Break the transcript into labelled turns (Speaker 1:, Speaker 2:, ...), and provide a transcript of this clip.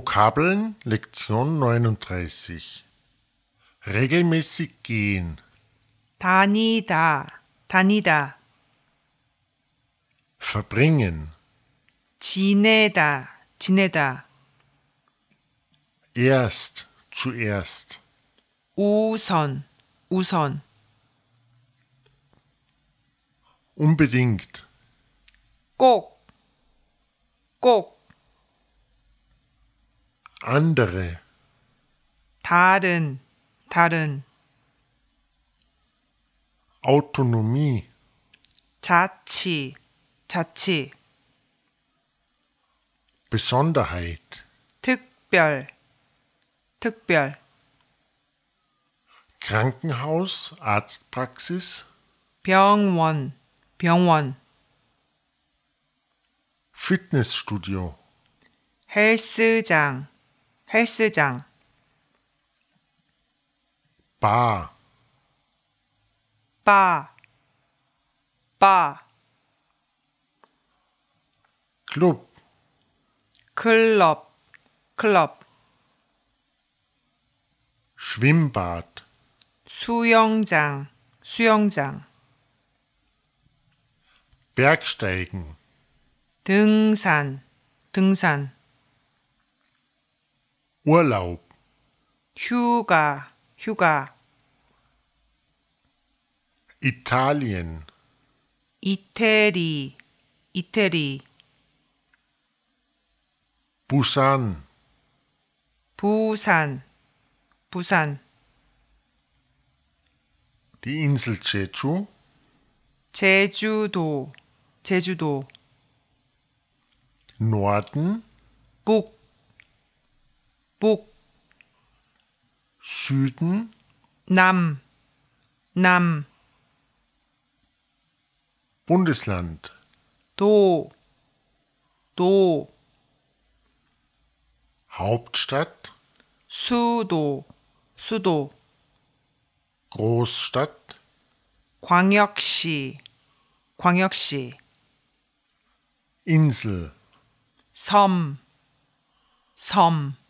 Speaker 1: Vokabeln Lektion 39 Regelmäßig gehen,
Speaker 2: 다니다, 다니다,
Speaker 1: verbringen,
Speaker 2: 지내다, 지내다,
Speaker 1: erst, zuerst,
Speaker 2: 우선, 우선,
Speaker 1: unbedingt,
Speaker 2: 꼭, 꼭,
Speaker 1: andere,
Speaker 2: 다른, 다른,
Speaker 1: Autonomie,
Speaker 2: 자치, 자치,
Speaker 1: Besonderheit,
Speaker 2: 특별, 특별,
Speaker 1: Krankenhaus, Arztpraxis,
Speaker 2: 병원, 병원,
Speaker 1: Fitnessstudio,
Speaker 2: 헬스장, 헬스장,
Speaker 1: Bar,
Speaker 2: 바, 바,
Speaker 1: Club,
Speaker 2: 클럽, 클럽,
Speaker 1: Schwimmbad,
Speaker 2: 수영장, 수영장,
Speaker 1: Bergsteigen,
Speaker 2: 등산, 등산,
Speaker 1: Urlaub,
Speaker 2: 휴가, 휴가,
Speaker 1: Italien,
Speaker 2: 이태리, 이태리,
Speaker 1: Busan,
Speaker 2: 부산, 부산,
Speaker 1: die Insel Jeju,
Speaker 2: 제주도, 제주도,
Speaker 1: Norden,
Speaker 2: 북, 북,
Speaker 1: Süden,
Speaker 2: 남, 남,
Speaker 1: Bundesland,
Speaker 2: 도, 도,
Speaker 1: Hauptstadt,
Speaker 2: 수도, 수도,
Speaker 1: Großstadt,
Speaker 2: 광역시, 광역시,
Speaker 1: Insel,
Speaker 2: 섬, 섬,